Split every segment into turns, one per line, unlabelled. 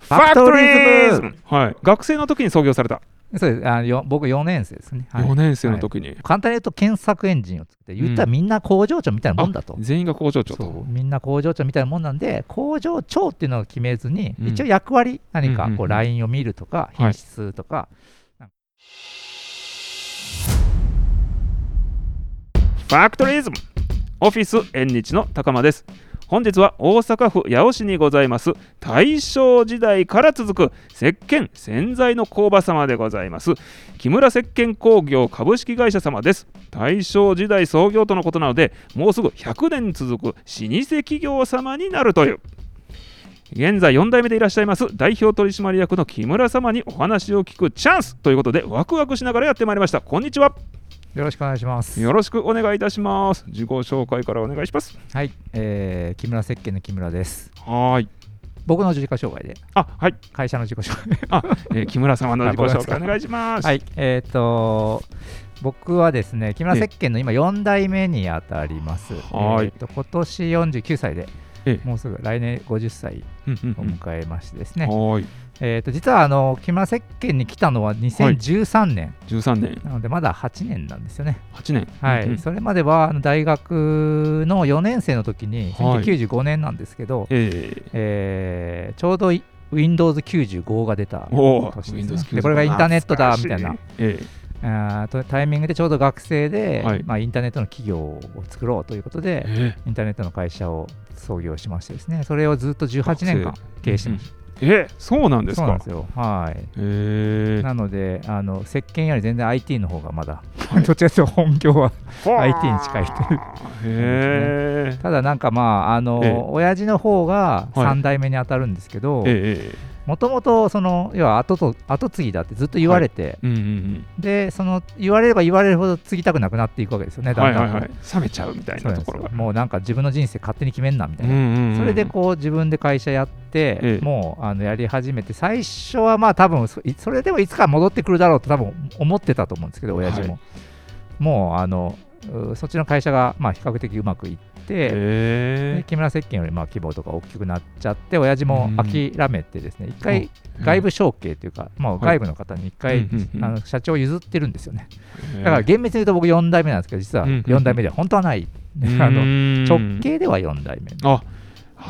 ファクト
ファクトリーズ
リズムはい、学生の時に創業された、
そうですあよ僕4年生ですね、はい
4年生の時に、
簡単に言うと検索エンジンを作って言った
う
ら
ん
みんな工場長みたいなもんだと、
全員が工場長
そ
と
うみんな工場長みたいなもんなんで工場長っていうのを決めずに、
うん
一応役割何
う
か
んうん
こ
う
うんラインを見るとか
はい
品質とか、なんか
ファクトリーズムオフィス縁日の高間です本日は大阪府八尾市にございます大正時代から続く石鹸洗剤の工場様でございます木村石鹸工業株式会社様です大正時代創業とのことなのでもうすぐ100年続く老舗企業様になるという現在4代目でいらっしゃいます代表取締役の木村様にお話を聞くチャンスということでワクワクしながらやってまいりましたこんにちは
よろしくお願いします
よろしくお願いいたします。自己紹介からお願いします。
はい、えー木村石鹸の木村です
はーい。
僕の自己紹介で
あ、はい。
会社の自己紹介
あ、えー木村様の自己
あ僕
紹
です
介
か
お願いします。
はいえっ、と僕はですね木村石鹸の今4代目にあたります、
はい
えーと今年49歳で
ええ
もうすぐ来年50歳
うんうん
を
うん。
迎えましてですね、
はーい。
えー、と実はあの木村石鹸に来たのは2013年、
13年、
なのでまだ8年なんですよね、
8年。
はい
うんうん
それまではあの大学の4年生の時に
はい
1995年なんですけど、
え
えーちょうどい Windows95 が出た
ー、お
年
ー
ですね
Windows
でこれがインターネットだみたいな。
懐かし
あーとタイミングでちょうど学生で、
はい
まあ、インターネットの企業を作ろうということ
えー
で
え
インターネットの会社を創業しましてですねそれをずっと18年間
学
経営してました、
ーえー、そうなんです
そうなん
か
で。すよはい
えー
なので、あの石鹸より全然 IT の方がまだ、
はい
どっちらかというと本業は。
ほー
IT に近いという
へー
ただなんかまあ、あの、
ええ
親父の方が
はい
3代目に当たるんですけど、
え
もともとその、要は後と後継ぎだってずっと言われて、
ーうんうん
で、その言われれば言われるほど継ぎたくなくなっていくわけですよ
う
ね、
ん。は
だ
い
んだ
は
ん
い
こ
は
う
い。冷めちゃうみたい
そう
な
なん
とこ
です
ろ
よ
が。
もうなんか自分の人生勝手に決めんなみたいな。
ん
それでこう自分で会社やって、
ええ
もうあのやり始めて最初はまあ多分そいそれでもいつか戻ってくるだろうと多分思ってたと思うんですけど親父も、
は
もうあのうそっちの会社がまあ比較的うまくいって、で
え
木村石鹸よりまあ規模とか大きくなっちゃって親父も諦めてですね一回
ー
外部承継というか、まあ、
い
外部の方に一回、
うんうんうん
あの社長を譲ってるんですよね
えー
だから厳密に言うと僕4代目なんですけど実は
うんうんうん
4代目では本当はない、 あの直
径
系では4代目
あ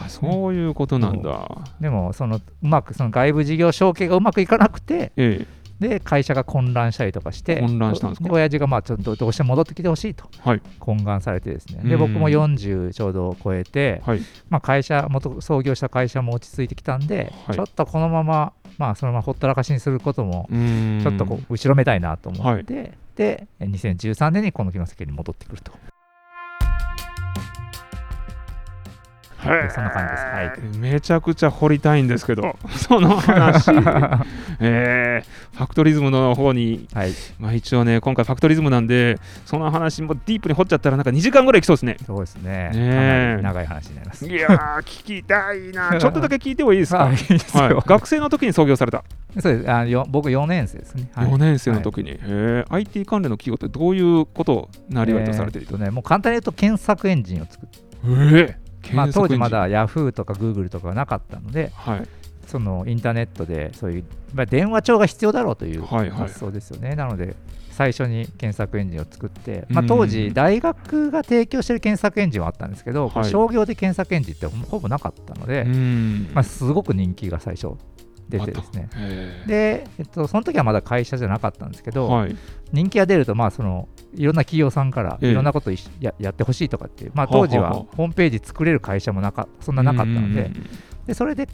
そういうことなんだ。
でもそのうまくその外部事業承継がうまくいかなくて
え
で会社が混乱したりとかして
混乱したんですか
親父がまあちょっとどうしても戻ってきてほしいと
はい
懇願されてですね、
う
で
ん
僕も40ちょうど超えて
え、はい。
まあ、会社元創業した会社も落ち着いてきたんで、
はい
ちょっとこのまま、まあ、そのままほったらかしにすることも
ち
ちょっとこう後ろめたいなと思って、で2013年にこの木の席に戻ってくるとそんな感じですはい
めちゃくちゃ掘りたいんですけど、その 話、えーファクトリズムの方に、
はい
まあ、一応ね、今回ファクトリズムなんで、その話もディープに掘っちゃったら、なんか2時間ぐらいいきそうですね。
そうです
ね
ね
え
かなり長い話になります
いや ー、聞きたい な、ちょっとだけ聞いてもいいですか。
はいいいですよ
はい、学生の時に創業された、
そうですあよ僕4年生ですね、はい
4年生の時に、えー IT 関連の企業ってどういうことをなりわいとされてい
えー
た
っとね、もう簡単に言うと検索エンジンを作って、
えー
まあ、
検索
当時
エンジン
まだ Yahoo とか Google とかがなかったので
はい、
そのインターネットでそういう、まあ、電話帳が必要だろうという
はいはい
発想ですよね、なので最初に検索エンジンを作って、ま
う
あ、
ん
当時大学が提供してる検索エンジンはあったんですけど、
はい
商業で検索エンジンってほほぼなかったので、
うん
まあ、すごく人気が最初出てですね
あったへー
で、えっと、その時はまだ会社じゃなかったんですけど、
はい、
人気が出ると、まあ、そのいろんな企業さんから
ええ
いろんなことをいしややってほしいとかっていう、まあ、
はあは
当
あ
時はホームページ作れる会社もなかそんななかったので,、でそれで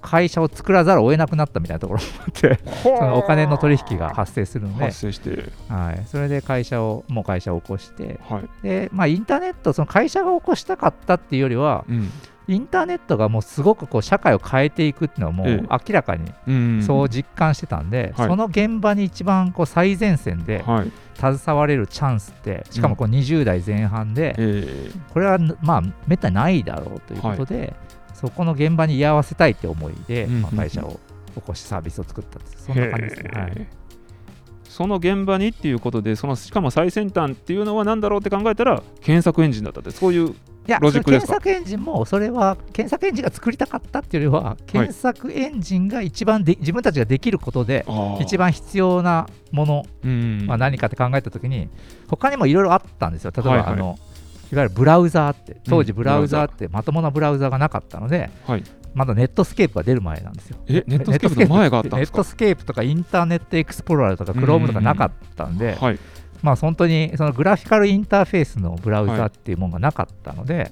会社を作らざるを得なくなったみたいなところもあってそのお金の取引が発生するので
発、生して、
はい、それで会社をもう会社を起こして
はい
で、まあ、インターネットその会社が起こしたかったっていうよりは
うん
インターネットがもうすごくこう社会を変えていくっていうのはもう
ええ
明らかに
うん
そう実感してたんで、
はい
その現場に一番こう最前線で、
はい
携われるチャンスってしかもこう20代前半で、
え
これはまあめったにないだろうということで、そこの現場に居合わせたいって思いで、
うん
まあ会社を起こしサービスを作ったって
ー
そんな感じですね、
へー
はい
その現場にっていうことでそのしかも最先端っていうのは何だろうって考えたら検索エンジンだったってそういう
いや
ロジックです
そ
か
の検索エンジンもそれは検索エンジンが作りたかったっていうよりは検索エンジンが一番で自分たちができることで
あー
一番必要なもの
うん
は何かって考えたときに他にもいろいろあったんですよ例えば、
はいはい
あのいわゆるブラウザーって当時
うん
ブラウザーってまともなブラウザーがなかったので、
はい
まだネットスケープが出る前なんですよ
えネットスケープの前があったん
ネ
で
ッ
すか
トスケープとかインターネットエクスプローラーとかクロームとかなかったんで、
はい
まあ、本当にそのグラフィカルインターフェースのブラウザーっていうものがなかったので、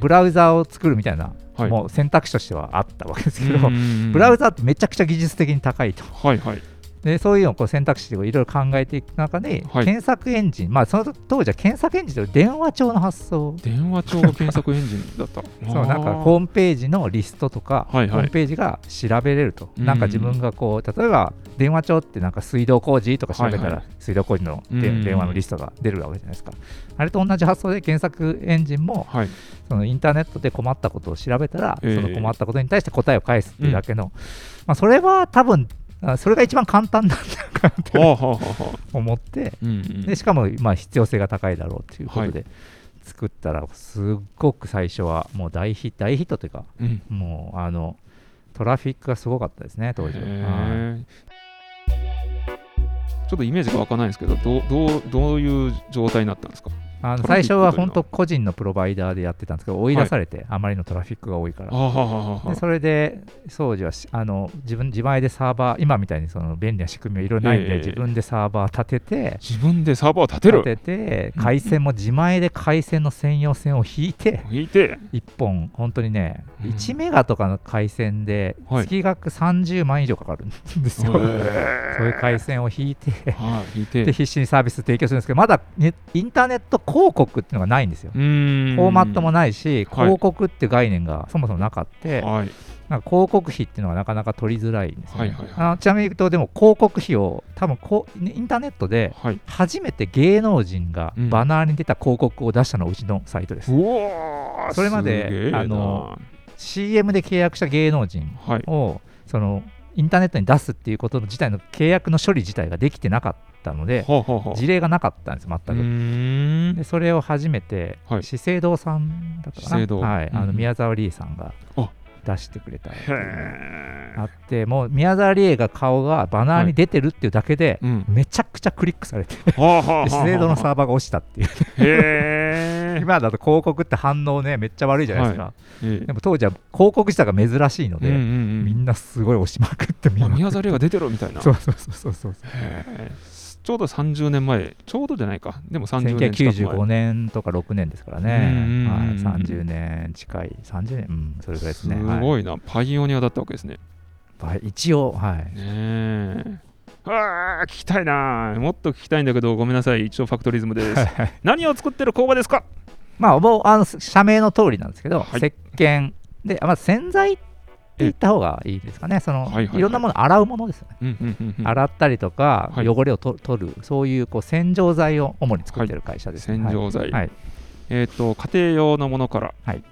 ブラウザーを作るみたいな、
はい
もう選択肢としてはあったわけですけど、
ブ
ブラウザーってめちゃくちゃ技術的に高いと。
はいはい
でそういうのをこう選択肢でいろいろ考えていく中で、
はい
検索エンジン、まあ、その当時は検索エンジンという電話帳の発想
電話帳が検索エンジンだった
そうなんかホームページのリストとか、
はいはい
ホームページが調べれると、
うん
なんか自分がこう例えば電話帳ってなんか水道工事とか調べたら、
はいはい
水道工事ので
うん
電話のリストが出るわけじゃないですか、あれと同じ発想で検索エンジンも
はい
そのインターネットで困ったことを調べたら、
ええ
その困ったことに対して答えを返すっていうだけの、まあ、それは多分あそれが一番簡単なんだなって
はあはあはあはあ
思って
うんうん
でしかもまあ必要性が高いだろうということで作ったらすっごく最初はもう大ヒ大ヒットというか
うん
もうあのトラフィックがすごかったですね当時
へ
は。はい
ーちょっとイメージが湧かないんですけどどうどうどういう状態になったんですか
あの
トラフィック
最初は本当個人のプロバイダーでやってたんですけど追い出されてあまりのトラフィックが多いから
あ。はあはあはあ
でそれで当時はしあの自分自前でサーバー今みたいにその便利な仕組みはいろいろないんで、
ええ
自分でサーバー立てて
自分でサーバーを立てる
立てて回線も自前で回線の専用線を引いて
引いて
1本本当にね
うん
1メガとかの回線で
はい
月額30万以上かかるんですよ、そういう回線を引いて
はい引い
で
て
必死にサービス提供するんですけどまだネインターネット広告っていうのがないんですよ
うーん
フォーマットもないし
はい
広告って概念がそもそもなかって、
はい
なんか広告費っていうのはなかなか取りづらいんですよ、ね
はいはいはい
あのちなみに言うとでも広告費を多分こうインターネットで
はい
初めて芸能人が
うん
バナーに出た広告を出したのはうちのサイトです、
うわー
それまです
げえな
あの CM で契約した芸能人
はい
をそのインターネットに出すっていうこと自体の契約の処理自体ができてなかったので
はあはあはあ
事例がなかったんです全
う
く、
ーん
でそれを初めて、
はい
資生堂さんだったか
資
な
生、堂
はいあ
うんう
の
ん
宮沢りえさんが
あ
出してくれたっていう
へ
あ
ー
ってもう宮沢りえが顔がバナーに出てるっていうだけで、
うん
めちゃくちゃクリックされて
はあはあはあはあ
資生堂のサーバーが落ちたっていう
へー
今だと広告って反応ねめっちゃ悪いじゃないですか、
え
でも当時は広告自体が珍しいの
えう
で、
んうん
みんなすごい押しまくってみん
うんあ
な
宮沢りえが出てるみたいな
そうそうそうそうそう
へーちょうど30年前ちょうどじゃないかでも30年近く前
1995年とか6年ですから
うん
ね、
うん
は
うん
い、30年近い30年うんそれぐらいです
す
ね
ごいな、パイオニアだったわけですね。
はい、一応はい
ねえ。あー聞きたいなもっと聞きたいんだけどごめんなさい一応ファクトリズムです何を作ってる工場ですか
まあ、もうあの社名の通りなんですけど、
はい
石鹸で、まあ、洗剤って言った方がいいですかね、その
はい
い
はいはい
ろんなもの、洗うものですよね、
うんうんうんうん
洗ったりとか、
はい
汚れをと取る、そういうこう洗浄剤を主に作ってる会社です、ね
洗
はい
浄剤、
はい
えっ、と家庭用のものから、
はい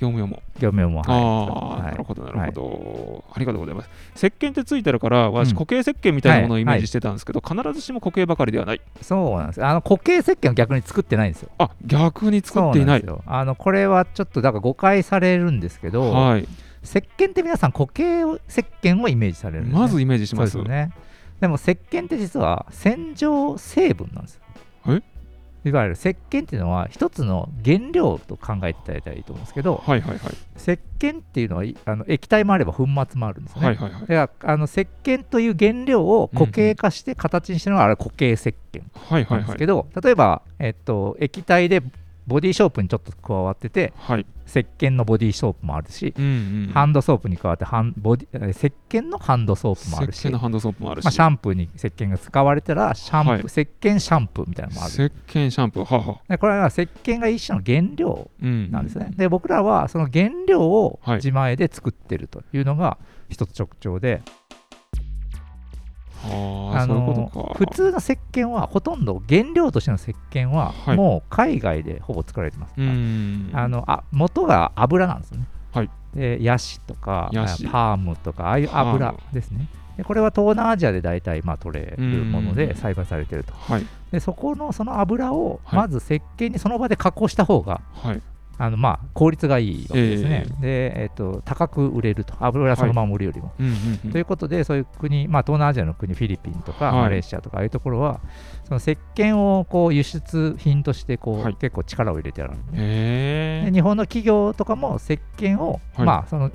業務用も、
業務用も、
あ
はい
あ、
はい
なるほどなるほど、ありがとうございます石鹸ってついてるから私、
うん
固形石鹸みたいなものを
はい
イメージしてたんですけど、必ずしも固形ばかりではない
そうなんですあの固形石鹸を逆に作ってないんですよ。
あ逆に作っていない
そうなんですよあのこれはちょっとだから誤解されるんですけど、
はい
石鹸って皆さん固形石鹸をイメージされるんですね、
まずイメージし
そう
ま
ですすよね。でも石鹸って実は洗浄成分なんですよ。いわゆる石鹸っていうのは一つの原料と考えていただいたらいいと思うんですけど
はいはいはい
石鹸っていうのはいあの液体もあれば粉末もあるんですね。
はいはいはい
だからあの石鹸という原料を固形化して形にしてるのがあれ固形石鹸
はいは
ないんです
はい
けど、例えば、えっと、液体でボディショープにちょっと加わってて
はい
石鹸のボディショープもあるし、
うんうん
ハンドソープに加わってハンボディ石鹸のハンドソープもあるし
石鹸のハンドソープもあるし、
まあ、シャンプーに石鹸が使われたらシャンプー、
はい
石鹸シャンプーみたいなのもある
石鹸シャンプーはあはあ、
でこれは石鹸が一種の原料
うん
なんですね、で僕らはその原料を
はい
自前で作ってるというのが一つ特徴で、
はあ、そういうことか
普通の石鹸はほとんど原料としての石鹸は
はい
もう海外でほぼ作られてます、
うん
あのあ元が油なんですよね、
はい
でヤシとか
ヤシ
パームとかああいう
パー
油
ム
ですねでこれは東南アジアで大体まあ取れるもの
うん
で栽培されてると
はい
でそこのその油を
はい
まず石鹸にその場で加工した方が
はい
あのまあ効率がいいわけですね。
え
で、えっと、高く売れると、油そのまま売るよりも。
うんうんうん
ということで、そういう国、まあ、東南アジアの国、フィリピンとか、
はい
マレーシアとか、ああいうところは、その石鹸をこう輸出品としてこう、
はい
結構力を入れてあるんで
へ
で
え
日本の企業とかも石鹸を、
はい
まあその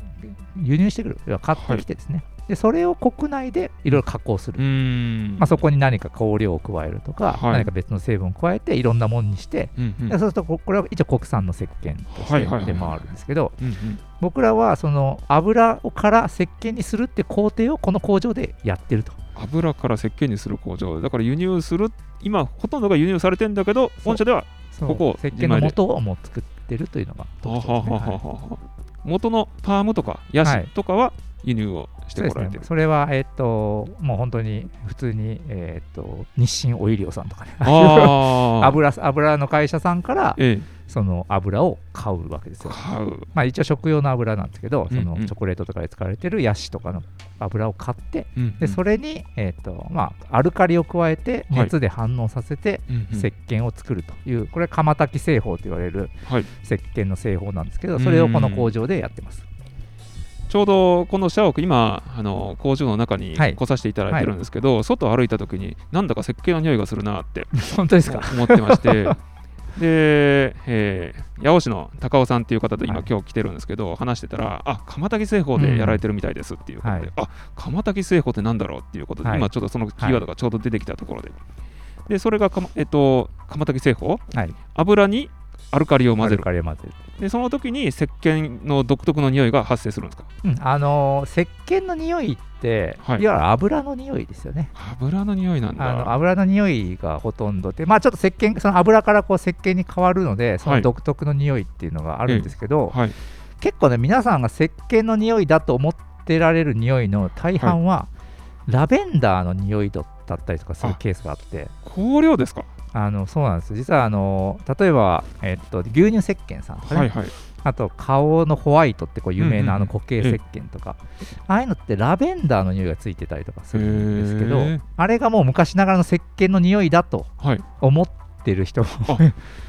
輸入してくる、要は買ってきてですね、でそれを国内でいろいろ加工する、
うん
まあ、そこに何か香料を加えるとか、
はい
何か別の成分を加えて、いろんなものにして、
うんうん
でそうするとこ、これは一応国産の石鹸とし
は
て
いはいはい
出回るんですけど、
うんうん
僕らはその油をから石鹸にするって工程をこの工場でやってると。
油から石鹸にする工場だから輸入する今ほとんどが輸入されてんだけど本社では
そう
ここ
石鹸の元をもう作ってるというのが特徴ですね。
ははは
はい
はは元のパームとかヤシとかは輸入をして
そうで
こ
す
られ
ね
て、る、
それは、えっともう本当に普通に、えっと日清オイリオさんとかね
ああ
油油の会社さんから
ええ
その油を買うわけですよ。
買う
まあ、一応食用の油なんですけどその
うんうん
チョコレートとかで使われてるヤシとかの油を買って
うん
でそれに、えっとまあ、アルカリを加えて
はい
熱で反応させて
うんうん
石鹸を作るという、これは釜炊き製法と言われる
はい
石鹸の製法なんですけど、それをこの工場でやって ます。
ちょうどこの社屋今あの工場の中に
はい
来させていただいてるんですけど、外歩いた時になんだか石鹸の匂いがするなって
本当ですか。
思ってまして で、えー八尾市の高尾さんっていう方と今、
はい
今日来てるんですけど話してたらあ釜炊き製法でやられてるみたいですっていうことで、
うんはい
あ釜炊き製法ってなんだろうっていうことで、
はい
今ちょっとそのキーワードがちょうど出てきたところで、でそれがかま、えっと、釜炊き製法
はい。
油にアルカリを混ぜ
アル
る
カリを混ぜる。
でその時に石鹸の独特の匂いが発生するんですか
うん、あのー石鹸の匂いって、
はい
い、わゆる油の匂いですよね。
油の匂いなんだ
あの油の匂いがほとんどで、まあ、ちょっと石鹸その油からこう石鹸に変わるので、そ
は
の
い
独特の匂いっていうのがあるんですけど、
はい、
結構ね、皆さんが石鹸の匂いだと思ってられる匂いの大半は、ラベンダーの匂いだったりとかするケースがあって、
香料ですか、
あのそうなんです、実はあの例えば、えっと、牛乳石鹸さんとかね、
はいはい
あと顔のホワイトってこう有名な
う
あ
んうん
の固形石鹸とか、ああいうのってラベンダーの匂いがついてたりとかするんですけ
へ
ど
ー
あれがもう昔ながらの石鹸の匂いだと
はい
思ってる 人も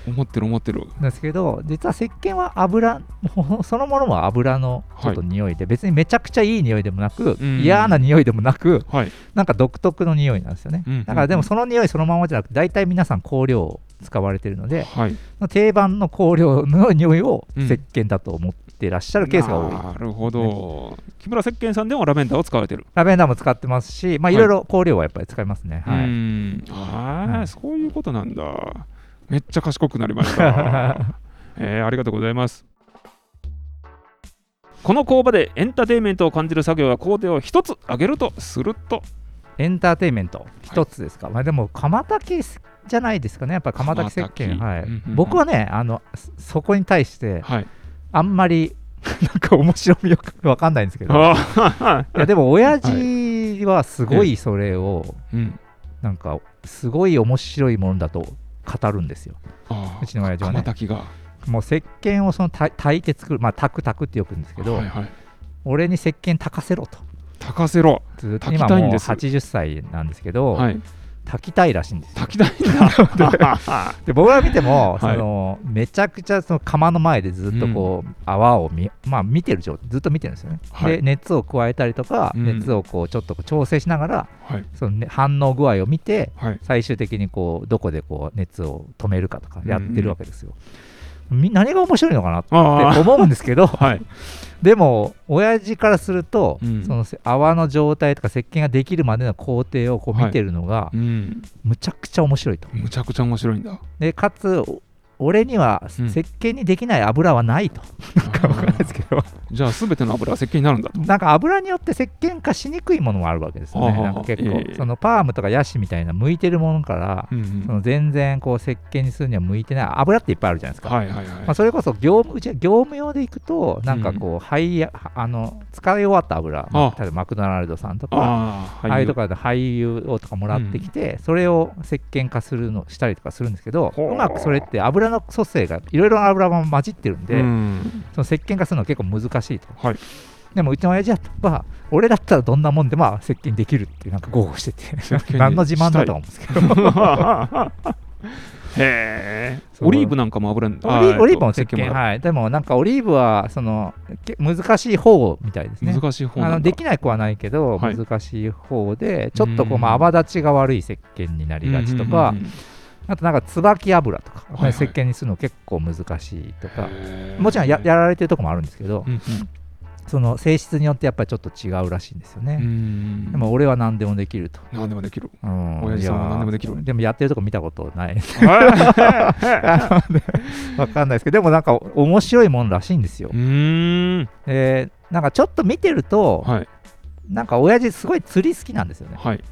思ってる思ってる
ですけど実は石鹸は油もうそのものも油のちょっと匂いで、別にめちゃくちゃいい匂いでもなく
うん
嫌な匂いでもなく
はい
なんか独特の匂いなんですよね
うんうんうん
だからでもその匂いそのままじゃなくて大体皆さん香料を使われてるので
はい
定番の香料の匂いを石鹸だと思ってらっしゃるケースが多い。
なるほど。木村石鹸さんでもラベンダーを使われてる。
ラベンダーも使ってますし、ま
は
あ、
い
いろいろ香料はやっぱり使いますね。は
う
い。
んああ、
はい
そういうことなんだ。めっちゃ賢くなりま した。えーありがとうございます。この工場でエンターテインメントを感じる作業や工程を一つ上げるとすると、
エンターテインメント、一つですか。まあ、でも、釜炊きじゃないですかね。やっぱ釜炊き石
釜炊
鹸。
き
は
うんうんう
い。
ん
僕はね、あの、そそこに対して、
はい、
あんまり、 なんか面白みよくわかんないんですけど。
ああ、
いや、でも、親父はすごいそれを、
うん、
なんか、すごい面白いものだと語るんですよ。
あ
うちの親父
あ、
は
ま
ね。
たきが、
もう石鹸をそのた炊いて作る、まあ、炊く炊くってよく言うんですけど、
はいはい、
俺に石鹸炊かせろと。
炊かせろ、
ずっと
炊き
今
たいん
もう
です
80歳なんですけど、
はい、
炊きたいらしいんですよ
炊きたいん だ。
で僕が見ても、
はい
そのめちゃくちゃその釜の前でずっとこう、泡を見,、まあ、見てる状態ずっと見てるんですよね、
はい
で熱を加えたりとか、
うん
熱をこうちょっとこう調整しながら
はい、
その、ね、反応具合を見て
はい、
最終的にこうどこでこう熱を止めるかとかやってるわけですよ、み何が面白いのかなって
あ
思うんですけど
あ、 はい、
でも親父からすると、
うん
そのせ泡の状態とか石鹸ができるまでの工程をこう見てるのが、
うん、
むちゃくちゃ面白いと
むちゃくちゃ面白いんだ。
でかつお俺には石
うん
鹸にできない油はな いと、なんかわかんないですけど
じゃあ、すべての油は石鹸になるんだと。
なんか油によって石鹸化しにくいものもあるわけですよ
あ
ね
あ
なんか結構、
ええ
そのパームとかヤシみたいな向いてるものから、
うんう
そ
ん、
の全然こう石鹸にするには向いてない油っていっぱいあるじゃないですか、
はいはいはい
まあ、。それこそ業務うちは業務用でいくとなんかこう、廃やあの使い終わった油
ああ
例えばマクドナルドさんとか
ああ、
ああいうと
か。
ころで俳優をとかもらってきて、それを石鹸化するのしたりとかするんですけど、
ほう
うまくそれって油の組成がいろいろな油も混じってるんで、
うん、
その石鹸化するのは結構難しいと。
はい
でもうちの親父は、俺だったらどんなもんでもまあ石鹸できるっていうなんか豪語してて、何の自慢だとは思うんですけど、
へえ
そう
オリーブなんかも油に
オリーブオリーブも石
石鹸
鹸
もあ
はいでもなんかオリーブはそのけ難しい方みたいです
る
ね
難しい方
あ
な
の
んだ
できない子はないけど
はい
難しい方でちょっとこ
う
うんまあ泡立ちが悪い石鹸になりがちとか
うんうんうんうん
あとなんか椿油とか
いはい
石鹸にするの結構難しいとか
へー
もちろんややられてるとこもあるんですけど
うん
その性質によってやっぱりちょっと違うらしいんですよ
うんう
ね
ん
でも俺は何でもできると
何でもできる
うん
親父さんは何でもできる
いやでもやってるとこ見たことない
は
わかんないですけどでもなんか面白いもんらしいんですよ
いうーん
でなんかちょっと見てると、
はい
なんか親父すごい釣り好きなんですよね
はい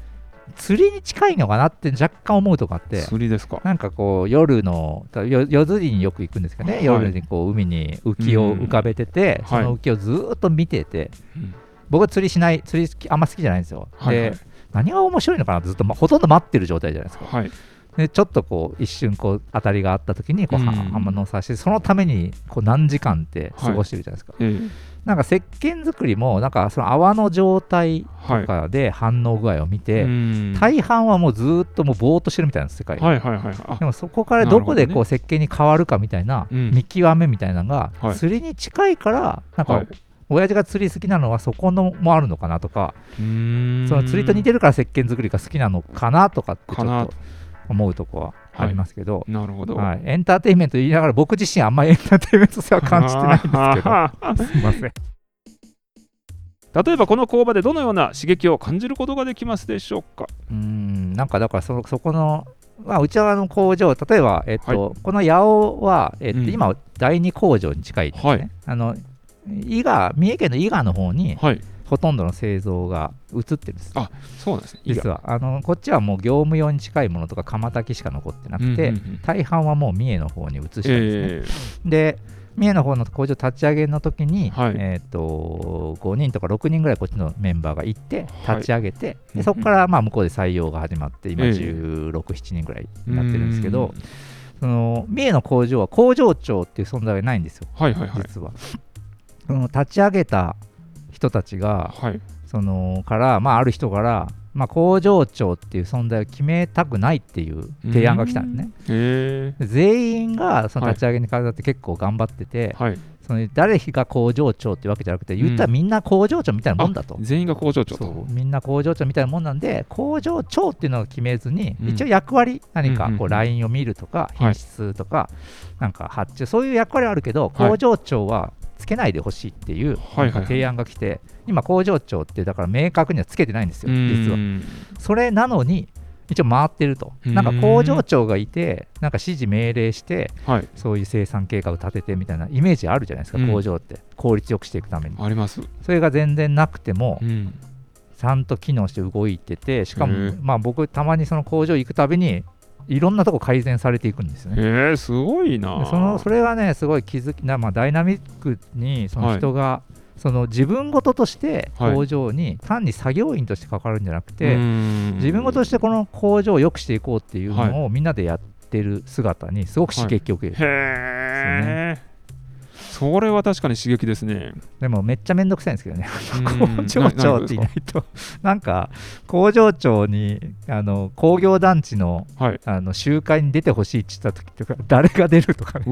釣りに近いのかなって若干思うとこあって
釣りですか
なんかこう夜のたよ夜釣りによく行くんですけどね、
はい
夜にこう海に浮きを浮かべてて、
うん
その浮きをずーっと見てて、
うん
僕は釣りしない釣り好きあんま好きじゃないんですよ、
はいはい
で何が面白いのかなってずっと、ま、ほとんど待ってる状態じゃないですか
はい
でちょっとこう一瞬こう当たりがあった時にこう
うん
は刃物を刺してそのためにこう何時間って過ごしてるじゃないですか、
ええ
なんか石鹸作りもなんかその泡の状態
はい
とかで反応具合を見て、
うん
大半はもうずーっともうぼーっとしてるみたいな世界、
はいはいはいあ
でもそこからどこでこう石鹸に変わるかみたいな
うん
見極めみたいなのが、
はい
釣りに近いからなん
は
か
い
親父が釣り好きなのはそこのもあるのかなとか、
うーん
その釣りと似てるから石鹸作りが好きなのかなとかってちょ
かな
っと思うとこはありますけど、
なるほど
はい、エンターテインメント言いながら僕自身あんまりエンターテインメント性は感じてないんですけど
ん です
すいません
けど例えばこの工場でどのような刺激を感じることができますでしょうか
うーんなんかだからそのそこの、まあ、うちはあの工場例えば、えっとこの八尾は、えっと
うん
今第二工場に近いですね、
はい
あの伊賀三重県の伊賀の方に
はい
ほとんどの製造が移ってるんです
あそうなんですねいいや
実はあのこっちはもう業務用に近いものとか釜炊きしか残ってなくて、
うんうんうん
大半はもう三重の方に移したんですね、
え
で三重の方の工場立ち上げの時に、
はい
えー、と5人とか6人ぐらいこっちのメンバーが行って
はい
立ち上げて、
うんう
で
ん
そこからまあ向こうで採用が始まって今
ええ
16、7人ぐらい
え
になってるんですけどその三重の工場は工場長っていう存在がないんですよ
はいはいはい
実は。その立ち上げた人たちが
はい
そのから、まあ、ある人から、まあ、工場長っていう存在を決めたくないっていう提案が来たんですね。
え
で全員がその立ち上げに関わって結構頑張ってて、
えはい
その誰が工場長ってわけじゃなくて、言ったらみんな工場長みたいなもんだと。
全員が工場長
そ
と
うみんな工場長みたいなもんなんで工場長っていうのを決めずに、
うん
一応役割何か
うんうん
こ
う
うんラインを見るとか、
はい
品質とかなんか発注そういう役割はあるけど、
はい
工場長はつけないでほしいってい
はい
う
はいはい
なんか提案が来て、今工場長ってだから明確にはつけてないんですよ実は。
は
それなのに一応回ってると
うん
なんか工場長がいてなんか指示命令して
はい
そういう生産計画を立ててみたいなイメージあるじゃないですか、
うん
工場って効率よくしていくために
あります
それが全然なくても、
うん
ちゃんと機能して動いててしか
へ
も
え
まあ僕たまにその工場行くたびにいろんなとこ改善されていくんですよね
ええすごいな
でそのそれはねすごい気づきな、まあ、ダイナミックにその
はい
人が、その自分事として
はい
工場に単に作業員として関わるんじゃなくて、
うん
自分事としてこの工場を良くしていこうっていうのをみんなでやってる姿にすごく刺激を受ける、
へえそれは確かに刺激ですね
でもめっちゃめんどくさいんですけどね
うん
工場長っていないと、なんか工場長にあの工業団地の
はい
あの集会に出てほしいって言った時とか、誰が出るとかね、
う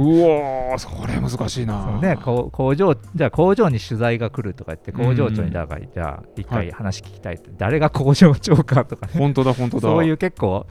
わーそれ難しい
そ
な
のね、こう工場じゃあ工場に取材が来るとか言って、
うん
工場長にだから、じゃあ一
は
回
い
話聞きたいって、誰が工場長かとかね、
本当だ本当だ
そういう結構、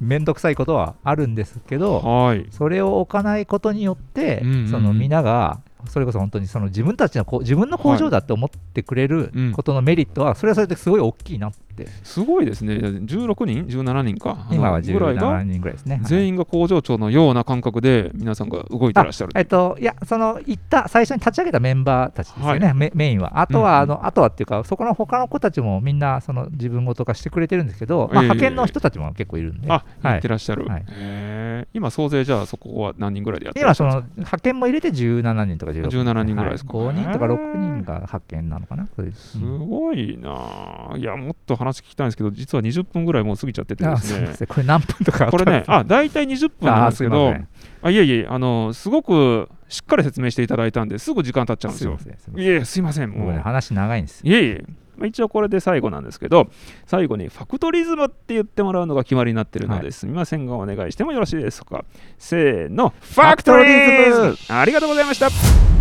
面倒くさいことはあるんですけど、
はい
それを置かないことによって、
うんうんうん
その皆が、それこそ本当にその自分たちのこう自分の工場だって思ってくれる
いうん
ことのメリットは、それはそれですごい大きいなって、
すごいですね16人17人か
今は
あのぐらい
17
が
人ぐらいですね。はい
全員が工場長のような感覚で皆さんが動いてらっしゃる
えっと、いや、その、行った、最初に立ち上げたメンバーたちですよね、メメインは。あとは、
うんう
あの、あとはっていうか、そこの他の子たちもみんな、その、自分ごと化してくれてるんですけど、まあ、
ええ
派遣の人たちも結構いるんで、
あ
はい
行ってらっしゃる
はい
へー今総勢じゃあそこは何人ぐらいでやってら
今、
っし
そ
ゃる
の、派遣も入れて17人とか16人。
17人ぐらいですか
は5人とか
へえ
6人が派遣なのかな、そうです。
す
うん
ごいなあいやもっと話聞きたいんですけど実は20分ぐらいもう過ぎちゃってて
あ
で
そ
す
うで
ね
すね。これ何分とかあった
これね、あ大体20分なん
あ
です
す
け
い
ど
ません。
あいえいえあのすごくしっかり説明していただいたんですぐ時間経っちゃうんですす
い
よ
ません。すいません
いえすいませんも
僕
う
ね、話長いんですよ。
いえいえままあ、一応これで最後なんですけど最後にファクトリズムって言ってもらうのが決まりになってるので、
はい
すみませんがお願いしてもよろしいでしょうかせーのフ
ァクトリズム
ァクトリズムありがとうございました